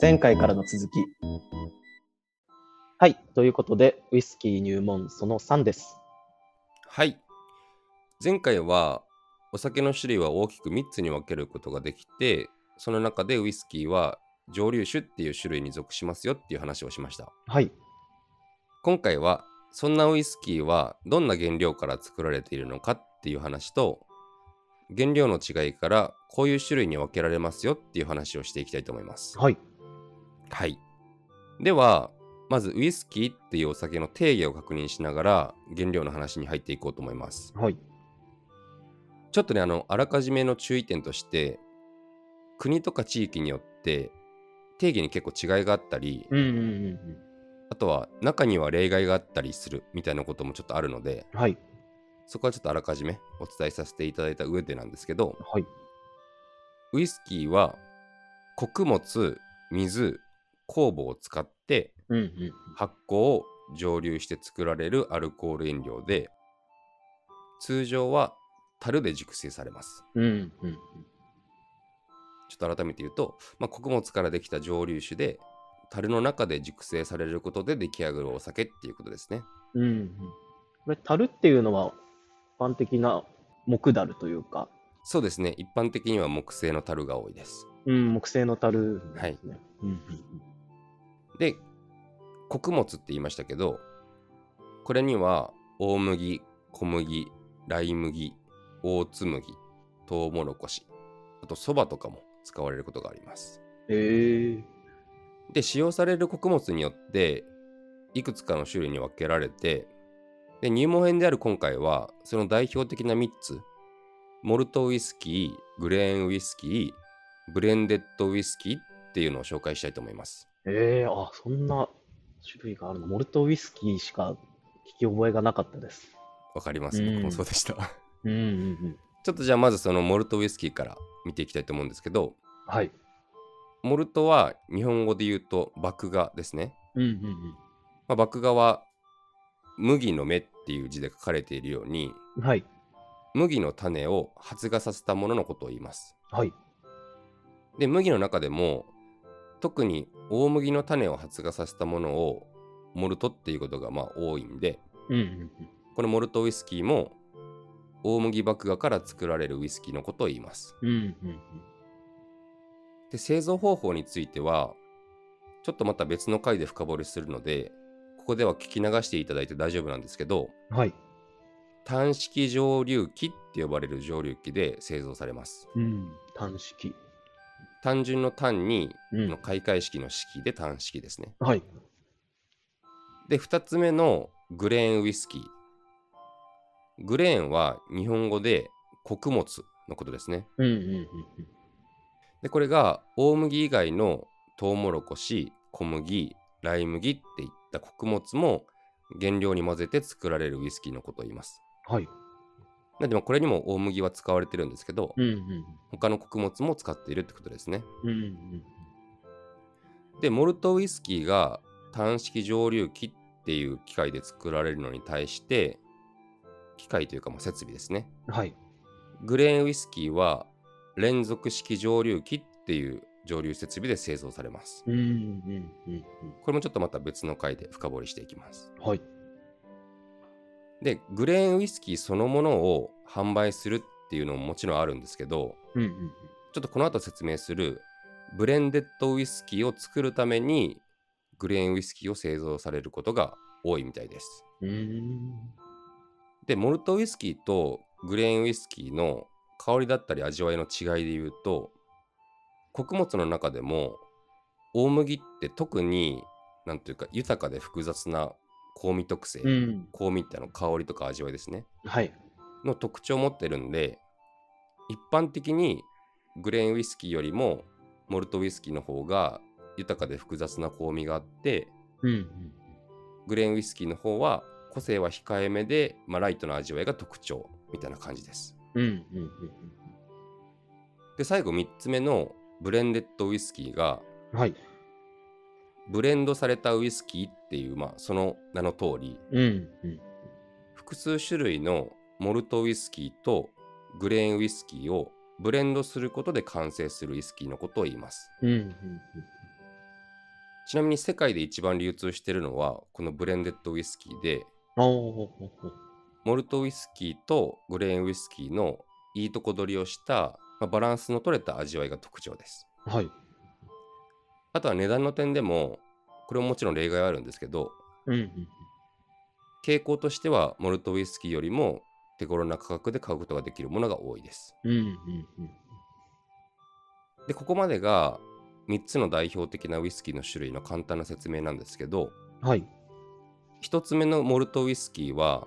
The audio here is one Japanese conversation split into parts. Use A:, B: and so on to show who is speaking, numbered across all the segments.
A: 前回からの続き。はい。ということで、ウイスキー入門その3です。
B: はい。前回はお酒の種類は大きく3つに分けることができて、その中でウイスキーは蒸留酒っていう種類に属しますよっていう話をしました。
A: はい。
B: 今回はそんなウイスキーはどんな原料から作られているのかっていう話と、原料の違いからこういう種類に分けられますよっていう話をしていきたいと思います。
A: はい。
B: はい。では、まずウイスキーっていうお酒の定義を確認しながら原料の話に入っていこうと思います。
A: はい。
B: ちょっとね、あの、あらかじめの注意点として、国とか地域によって定義に結構違いがあったり、
A: うんうんうんう
B: あとは中には例外があったりするみたいなこともちょっとあるので、
A: ん。はい。
B: そこはちょっとあらかじめお伝えさせていただいた上でなんですけど、
A: はい。
B: ウイスキーは穀物、水、酵母を使って
A: うんうん。
B: 発酵を蒸留して作られるアルコール飲料で、通常は樽で熟成されます。
A: うんうん。
B: ちょっと改めて言うと、まあ、穀物からできた蒸留酒で樽の中で熟成されることで出来上がるお酒っていうことですね。
A: うんうん。これ、樽っていうのは、一般的な木樽というか、
B: そうですね。一般的には木製の樽が多いです。
A: うん、木製の樽ですね。うん
B: で、穀物って言いましたけど、これには大麦、小麦、ライ麦、大つ麦、トウモロコシ、あとそばとかも使われることがあります。
A: うん。へえ。
B: で使用される穀物によっていくつかの種類に分けられてで入門編である今回はその代表的な3つモルトウイスキーグレーンウイスキーブレンデッドウイスキーっていうのを紹介したいと思います
A: ええあ、そんな種類があるの。モルトウイスキーしか聞き覚えがなかったです。
B: わかります
A: うん
B: 僕もそうでした
A: うんうんうん。
B: ちょっとじゃあまずそのモルトウイスキーから見ていきたいと思うんですけど
A: はい。
B: モルトは日本語で言うと麦芽ですね、
A: うんうんうん。
B: まあ、麦芽は麦の芽っていう字で書かれているように
A: はい。
B: 麦の種を発芽させたもののことを言います。
A: はい。
B: で、麦の中でも、特に大麦の種を発芽させたものをモルトっていうことがまあ多いんで、
A: うんうん
B: このモルトウイスキーも大麦麦芽から作られるウイスキーのことを言います。
A: うん。うんうんうん。
B: で、製造方法については、ちょっとまた別の回で深掘りするので、ここでは聞き流していただいて大丈夫なんですけど、
A: はい。
B: 単式蒸留機って呼ばれる蒸留機で製造されます。
A: うん。単式。
B: 単純の単に
A: う
B: の。開会式の式で単式ですね。
A: はい。
B: で、2つ目のグレーンウイスキー。グレーンは日本語で穀物のことですね。
A: うんうんうんうん。
B: で、これが大麦以外のトウモロコシ、小麦、ライ麦っていった穀物も原料に混ぜて作られるウイスキーのことを言います。
A: はい。
B: なんで、まあこれにも大麦は使われてるんですけど、
A: うんうん
B: 他の穀物も使っているってことですね。
A: うん。うんうん。
B: で、モルトウイスキーが単式蒸留機っていう機械で作られるのに対して、機械というかまあ設備ですね。
A: はい。
B: グレーンウイスキーは連続式蒸留機っていう蒸留設備で製造されます。
A: うんうんうん
B: これもちょっとまた別の回で深掘りしていきます。
A: うん。はい。
B: で、グレーンウイスキーそのものを販売するっていうのももちろんあるんですけど、
A: うんうん
B: ちょっとこの後説明するブレンデッドウイスキーを作るためにグレーンウイスキーを製造されることが多いみたいです。
A: うん。うーん。
B: で、モルトウイスキーとグレーンウイスキーの香りだったり味わいの違いで言うと、穀物の中でも大麦って特に、なんというか豊かで複雑な香味特性、
A: うん。
B: 香味ってあの香りとか味わいですね、
A: はい。
B: の特徴を持ってるんで、一般的にグレーンウイスキーよりもモルトウイスキーの方が豊かで複雑な香味があって、
A: うんうん。
B: グレーンウイスキーの方は個性は控えめで、まあ、ライトな味わいが特徴みたいな感じです。
A: うんうんうん
B: で、最後3つ目のブレンデッドウイスキーが、
A: うん。はい。
B: ブレンドされたウイスキーっていう、まあ、その名の通り、
A: うんうん。
B: 複数種類のモルトウイスキーとグレーンウイスキーをブレンドすることで完成するウイスキーのことを言います。
A: うんうん
B: ちなみに世界で一番流通しているのはこのブレンデッドウイスキーで
A: おお
B: モルトウイスキーとグレーンウイスキーのいいとこ取りをした、まあバランスの取れた味わいが特徴です
A: ーはい。
B: あとは値段の点でもこれももちろん例外はあるんですけど
A: うんうん。
B: 傾向としてはモルトウイスキーよりも手頃な価格で買うことができるものが多いです
A: うんうんうん。
B: でここまでが3つの代表的なウイスキーの種類の簡単な説明なんですけど
A: はい。
B: 1つ目のモルトウイスキーは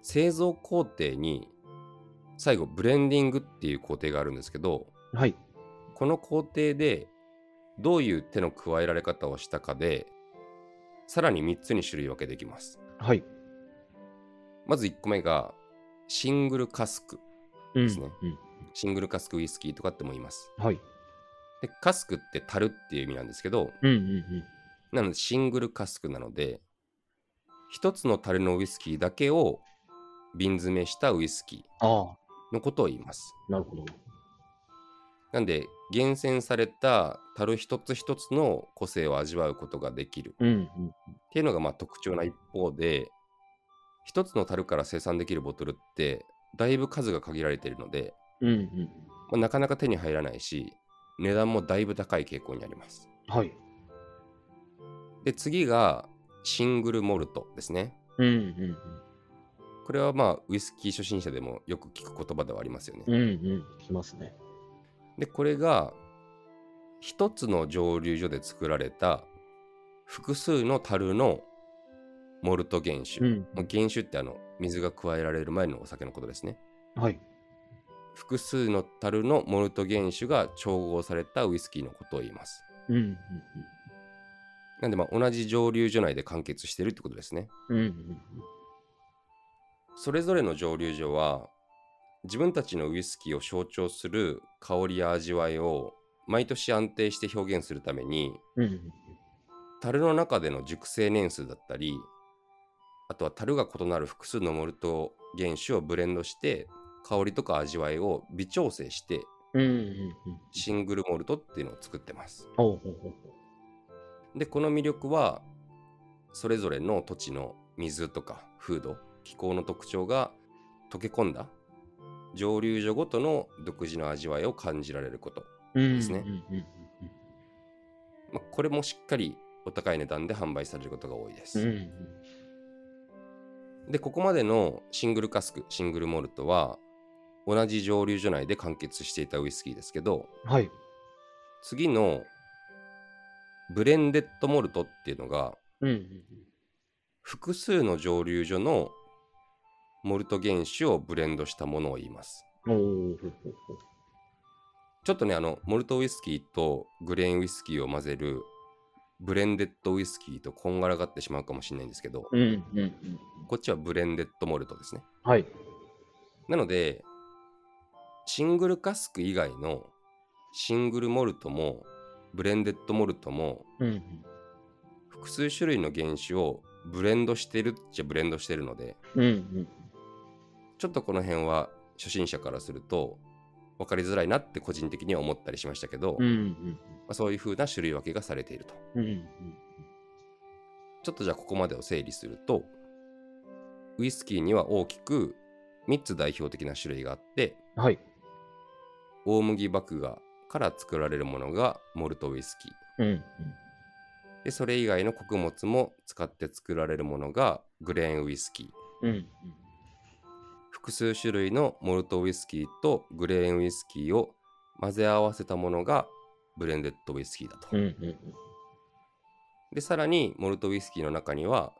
B: 製造工程に最後ブレンディングっていう工程があるんですけど
A: はい。
B: この工程でどういう手の加えられ方をしたかでさらに3つに種類分けできます
A: はい。
B: まず1個目がシングルカスク
A: うん
B: ですね
A: うん。
B: シングルカスクウイスキーとかっても言います
A: はい。
B: でカスクって樽っていう意味なんですけど
A: うんうん
B: なのでシングルカスクなので1つの樽のウイスキーだけを瓶詰めしたウイスキー
A: うん。あ
B: のことを言います。
A: あ、なるほど。
B: なんで、厳選された樽一つ一つの個性を味わうことができるっ
A: うんうん。
B: ていうのがまあ特徴な一方で、一つの樽から生産できるボトルって、だいぶ数が限られているので、
A: うんうん。
B: まあなかなか手に入らないし、値段もだいぶ高い傾向にあります。
A: はい。
B: で、次がシングルモルトですね。
A: うんうん
B: これはまあウイスキー初心者でもよく聞く言葉ではありますよね
A: うん。。うんうん。きますね。
B: でこれが一つの蒸留所で作られた複数の樽のモルト原酒、
A: ん。
B: まあ原酒ってあの水が加えられる前のお酒のことですね
A: はい。
B: 複数の樽のモルト原酒が調合されたウイスキーのことを言います
A: うんうん
B: なんでまあ同じ蒸留所内で完結してるってことですね
A: うん。うんうん。
B: それぞれの蒸留所は自分たちのウイスキーを象徴する香りや味わいを毎年安定して表現するために
A: うんうん。
B: 樽の中での熟成年数だったりあとは樽が異なる複数のモルト原酒をブレンドして香りとか味わいを微調整して
A: うんうんうん。
B: シングルモルトっていうのを作ってます
A: ほうほうほうほ
B: でこの魅力はそれぞれの土地の水とか風土気候の特徴が溶け込んだ蒸留所ごとの独自の味わいを感じられること、
A: う。うん。
B: ですね
A: うんうん
B: まあ、これもしっかりお高い値段で販売されることが多いです、
A: うん。うん
B: でここまでのシングルカスクシングルモルトは同じ蒸留所内で完結していたウイスキーですけど
A: うん。はい。
B: 次のブレンデッドモルトっていうのが
A: うんうん
B: 複数の蒸留所のモルト原酒をブレンドしたものを言います
A: うん。おお。ほうほうほう
B: ちょっとねあのモルトウイスキーとグレーンウイスキーを混ぜるブレンデッドウイスキーとこんがらがってしまうかもしれないんですけど
A: うんうんうん。
B: こっちはブレンデッドモルトですね
A: はい。
B: なので、シングルカスク以外のシングルモルトもブレンデッドモルトも
A: うんうん。
B: 複数種類の原酒をブレンドしてるっちゃブレンドしてるので、
A: うんうん。
B: ちょっとこの辺は初心者からすると分かりづらいなって個人的には思ったりしましたけど、
A: うん
B: ま
A: うん。
B: あ、そういう風な種類分けがされていると。
A: うんうん。
B: ちょっとじゃあここまでを整理すると、ウイスキーには大きく3つ代表的な種類があって、
A: はい。
B: 大麦麦芽から作られるものがモルトウイスキ
A: う
B: ー
A: んうん。
B: でそれ以外の穀物も使って作られるものがグレーンウイスキー
A: うんうん。
B: 複数種類のモルトウイスキーとグレーンウイスキーを混ぜ合わせたものがブレンデッドウイスキーだと、
A: うんうん。
B: でさらにモルトウイスキーの中には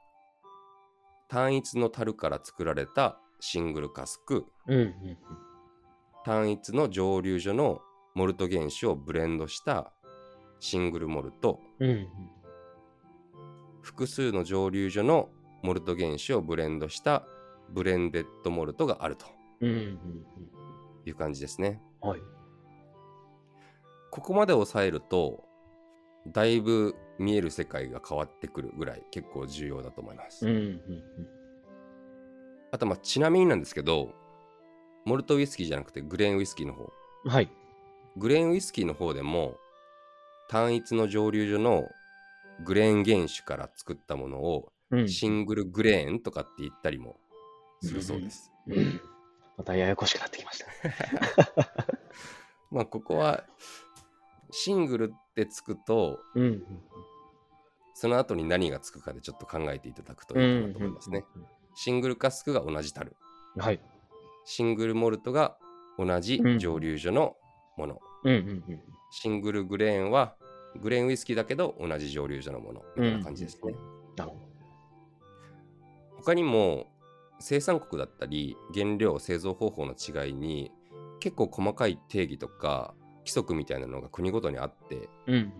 B: 単一の樽から作られたシングルカスク
A: うんうん。
B: 単一の蒸留所のモルト原酒をブレンドしたシングルモルト
A: うんうん。
B: 複数の蒸留所のモルト原酒をブレンドしたブレンデッドモルトがあると
A: うんうん
B: いう感じですね。
A: うん。はい。
B: ここまで抑えるとだいぶ見える世界が変わってくるぐらい結構重要だと思いま
A: う
B: す。
A: んうん
B: あとまあちなみになんですけどモルトウイスキーじゃなくてグレーンウイスキーの方
A: うん。はい。
B: グレーンウイスキーの方でも単一の蒸留所のグレーン原酒から作ったものを
A: うん
B: シングルグレーンとかって言ったりもするそうです。
A: うんまたややこしくなってきました。
B: まあここはシングルってつくと
A: うん。
B: その後に何がつくかでちょっと考えていただくと
A: う
B: いい
A: ん
B: かなと思いますね。。シングルカスクが同じ樽。
A: はい。
B: シングルモルトが同じ蒸留所のもの、
A: うんうん
B: シングルグレーンはグレーンウイスキーだけど同じ蒸留所のものみたいな感じですね、
A: うん。なるほ
B: 他にも生産国だったり原料製造方法の違いに結構細かい定義とか規則みたいなのが国ごとにあって
A: ど。うん。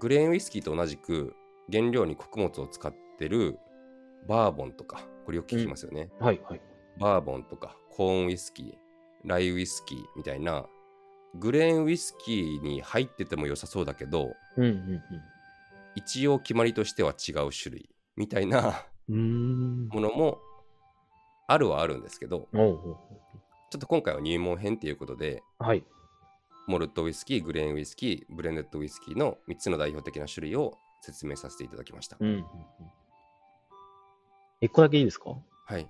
B: グレーンウイスキーと同じく原料に穀物を使ってるバーボンとかこれよく聞きますよね、
A: はいはい。
B: バーボンとかコーンウイスキー、ライウイスキーみたいなグレーンウイスキーに入ってても良さそうだけど
A: うんうん
B: 一応決まりとしては違う種類みたい な
A: うん。うーん。
B: ものもあるはあるんですけど
A: おうお
B: ちょっと今回は入門編っていうことで
A: うはい。
B: モルトウイスキー、グレーンウイスキー、ブレンデッドウイスキーの3つの代表的な種類を説明させていただきました。
A: うんうんうん。一個だけいいですか
B: はい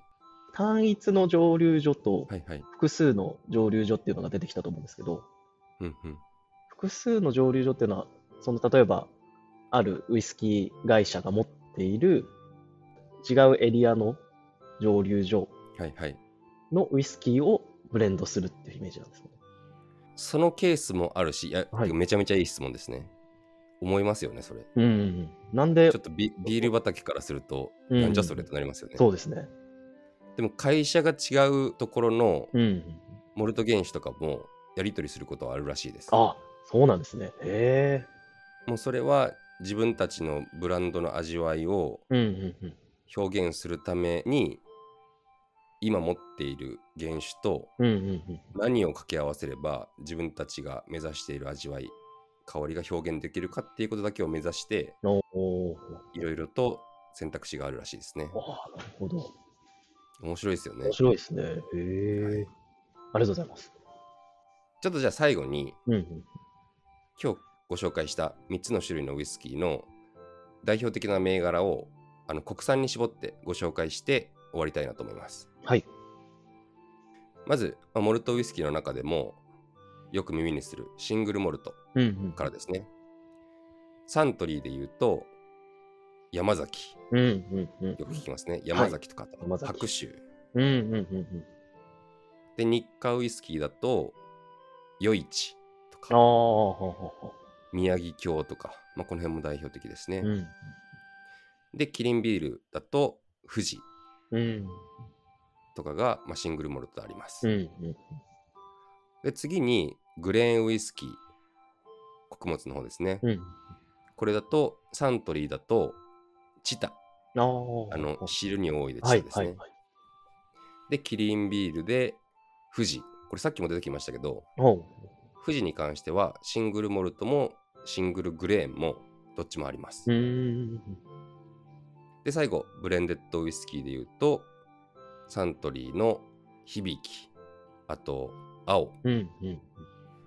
A: 単一の蒸留所と
B: はいはい。
A: 複数の蒸留所っていうのが出てきたと思うんですけど、
B: うんうん。
A: 複数の蒸留所っていうのは、その例えば、あるウイスキー会社が持っている違うエリアの蒸留所
B: はいはい。
A: のウイスキーをブレンドするっていうイメージなんですね。
B: そのケースもあるし、いや
A: はい
B: めちゃめちゃいい質問ですね。思いますよね、それ。
A: うんうんうん。なんで
B: ちょっ、とビビール畑からすると、
A: うん
B: なんじゃそれとなりますよね。
A: そうですね。
B: でも会社が違うところの
A: うんうん。
B: モルト原酒とかもやり取りすることはあるらしいです。も
A: あ、そうなんですね。へ
B: うそれは自分たちのブランドの味わいを
A: え。うんうんうん。
B: 表現するために今持っている原酒と
A: うんうんうん。
B: 何を掛け合わせれば自分たちが目指している味わい香りが表現できるかっていうことだけを目指して
A: おおー。
B: いろいろと選択肢があるらしいですね。
A: ああ、なるほど。
B: 面白いですよね。
A: 面
B: ち
A: 白いですね。へえ。ありがとうございます。
B: ょっとじゃあ最後に
A: うんうん。
B: 今日ご紹介した3つの種類のウイスキーの代表的な銘柄をあの国産に絞ってご紹介して終わりたいなと思います。
A: はい。
B: まず、まあモルトウイスキーの中でもよく耳にするシングルモルト
A: うんうん
B: からですね。サントリーで言うと山崎、
A: うんうんうん。
B: よく聞きますね。山崎とか、
A: 山崎
B: 白州。
A: うんうんうんうん。
B: で、日課ウイスキーだと余市
A: あ
B: と
A: あ、
B: か
A: ほうほうほ
B: 宮城京とか、まあ、この辺も代表的ですね。
A: う。うん。
B: で、キリンビールだと富士。
A: うん。
B: とかが、まあ、シングルモルトであります、
A: うんうん。
B: で次にグレーンウイスキー穀物の方ですね、
A: うん。
B: これだとサントリーだとチタ
A: ああ。
B: あの汁に多いでチ
A: は
B: タ
A: い
B: です
A: は
B: ね、
A: いはい。
B: でキリンビールで富士これさっきも出てきましたけど
A: ほう。
B: 富士に関してはシングルモルトもシングルグレーンもどっちもあります、
A: うーん。
B: で最後ブレンデッドウイスキーで言うとサントリーの響きあと青
A: うんうん。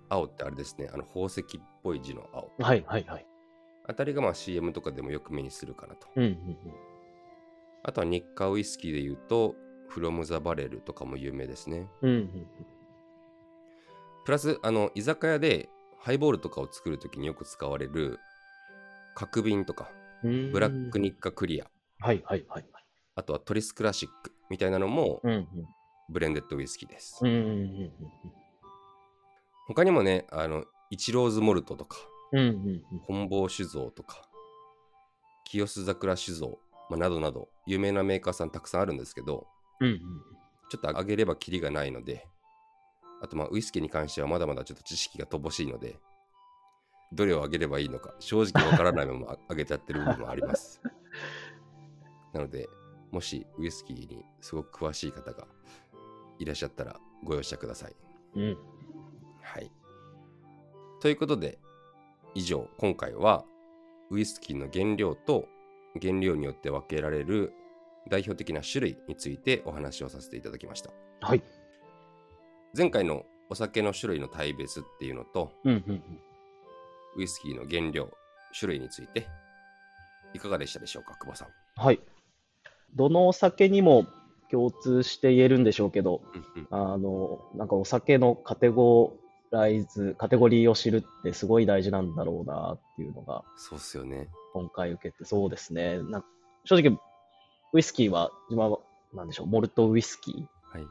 B: 青ってあれですねあの宝石っぽい字の青
A: はいはいはい。
B: あたりがまあ CM とかでもよく目にするかなと。
A: うんうん
B: あとは日課ウイスキーで言うと、フロムザバレルとかも有名ですね。
A: うん。うん
B: プラス、あの、居酒屋でハイボールとかを作るときによく使われる、角瓶とか、
A: うん。
B: ブラック。日課クリア、
A: はいはいはい。
B: あとはトリスクラシックみたいなのも
A: うんうん。
B: ブレンデッドウイスキーです。
A: うんうん
B: 他にもね、あの、イチローズモルトとか、
A: うん。うんうんうん。
B: 本坊酒造とか、清須桜酒造、まあ、などなど、有名なメーカーさんたくさんあるんですけど、
A: うんうん。
B: ちょっと上げればキリがないので、あとまあウイスキーに関してはまだまだちょっと知識が乏しいので、どれを上げればいいのか、正直わからないまま上げちゃってる部分 もあります。なので、もしウイスキーにすごく詳しい方がいらっしゃったらご容赦ください。
A: うん。
B: はい。ということで、以上、今回はウイスキーの原料と原料によって分けられる代表的な種類についてお話をさせていただきました。
A: はい。
B: 前回のお酒の種類の大別っていうのと
A: うんうん
B: ウイスキーの原料種類についていかがでしたでしょうか久保さん。
A: はい。どのお酒にも共通して言えるんでしょうけど、
B: うんうん
A: あの、なんかお酒のカテゴライズ、カテゴリーを知るってすごい大事なんだろうなっていうのが、
B: そうっすよね。
A: 今回受けて、そうですね。なんか正直、ウイスキーは、自分は、なんでしょう、モルトウイスキ
B: はい。
A: ー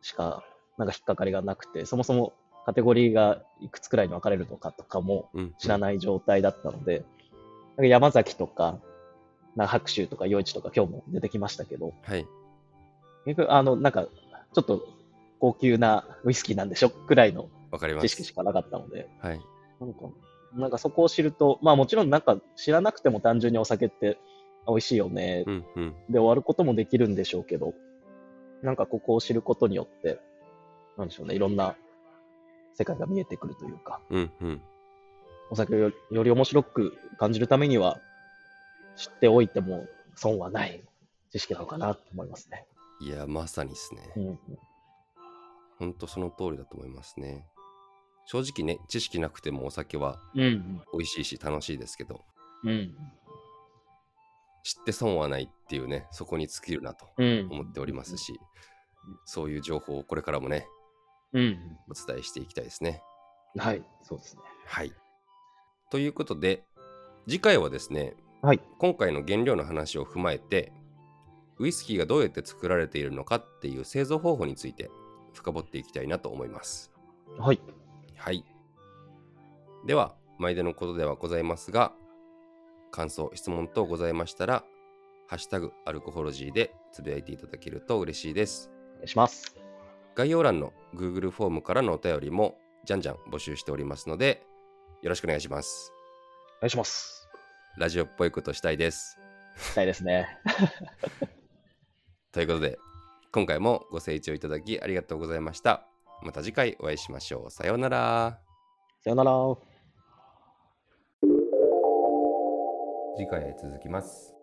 A: しか、なんか引っかかりがなくて、そもそもカテゴリーがいくつくらいに分かれるのかとかも
B: うん、
A: 知らない状態だったので、なんか山崎とか、なんか白州とか余市とか今日も出てきましたけど、
B: はい。
A: 結局、あの、なんか、ちょっと高級なウイスキーなんでしょくらいの
B: わかりま
A: 知識
B: す。
A: しかなかったので、
B: はい。
A: なんか、なんかそこを知ると、まあもちろんなんか知らなくても単純にお酒って美味しいよね、
B: うんうん。
A: で終わることもできるんでしょうけど、なんかここを知ることによって、なんでしょうね、いろんな世界が見えてくるというか、
B: うんうん。
A: お酒をよより面白く感じるためには、知っておいても損はない知識なのかなと思いますね。
B: いや、まさにですね。
A: うん、
B: ほんとその通りだと思いますね。正直ね、知識なくてもお酒は
A: うん、
B: 美味しいし楽しいですけど、
A: うん、
B: 知って損はないっていうね、そこに尽きるなと
A: うん、
B: 思っておりますし、そういう情報をこれからもね、
A: うん、
B: お伝えしていきたいですね。
A: はい、そうですね。
B: はい。ということで、次回はですね、
A: はい、
B: 今回の原料の話を踏まえて、ウイスキーがどうやって作られているのかっていう製造方法について深掘っていきたいなと思います。
A: はい、
B: はい。では、毎度のことではございますが、感想、質問等ございましたら、ハッシュタグアルコホロジーでつぶやいていただけると嬉しいです。
A: お願いします。
B: 概要欄の Google フォームからのお便りもじゃんじゃん募集しておりますので、よろしくお願いします。
A: お願いします。
B: ラジオっぽいことしたいです。
A: したいですね。
B: ということで、今回もご清聴いただきありがとうございました。また次回お会いしましょう。さようなら。
A: さよなら。
B: 次回へ続きます。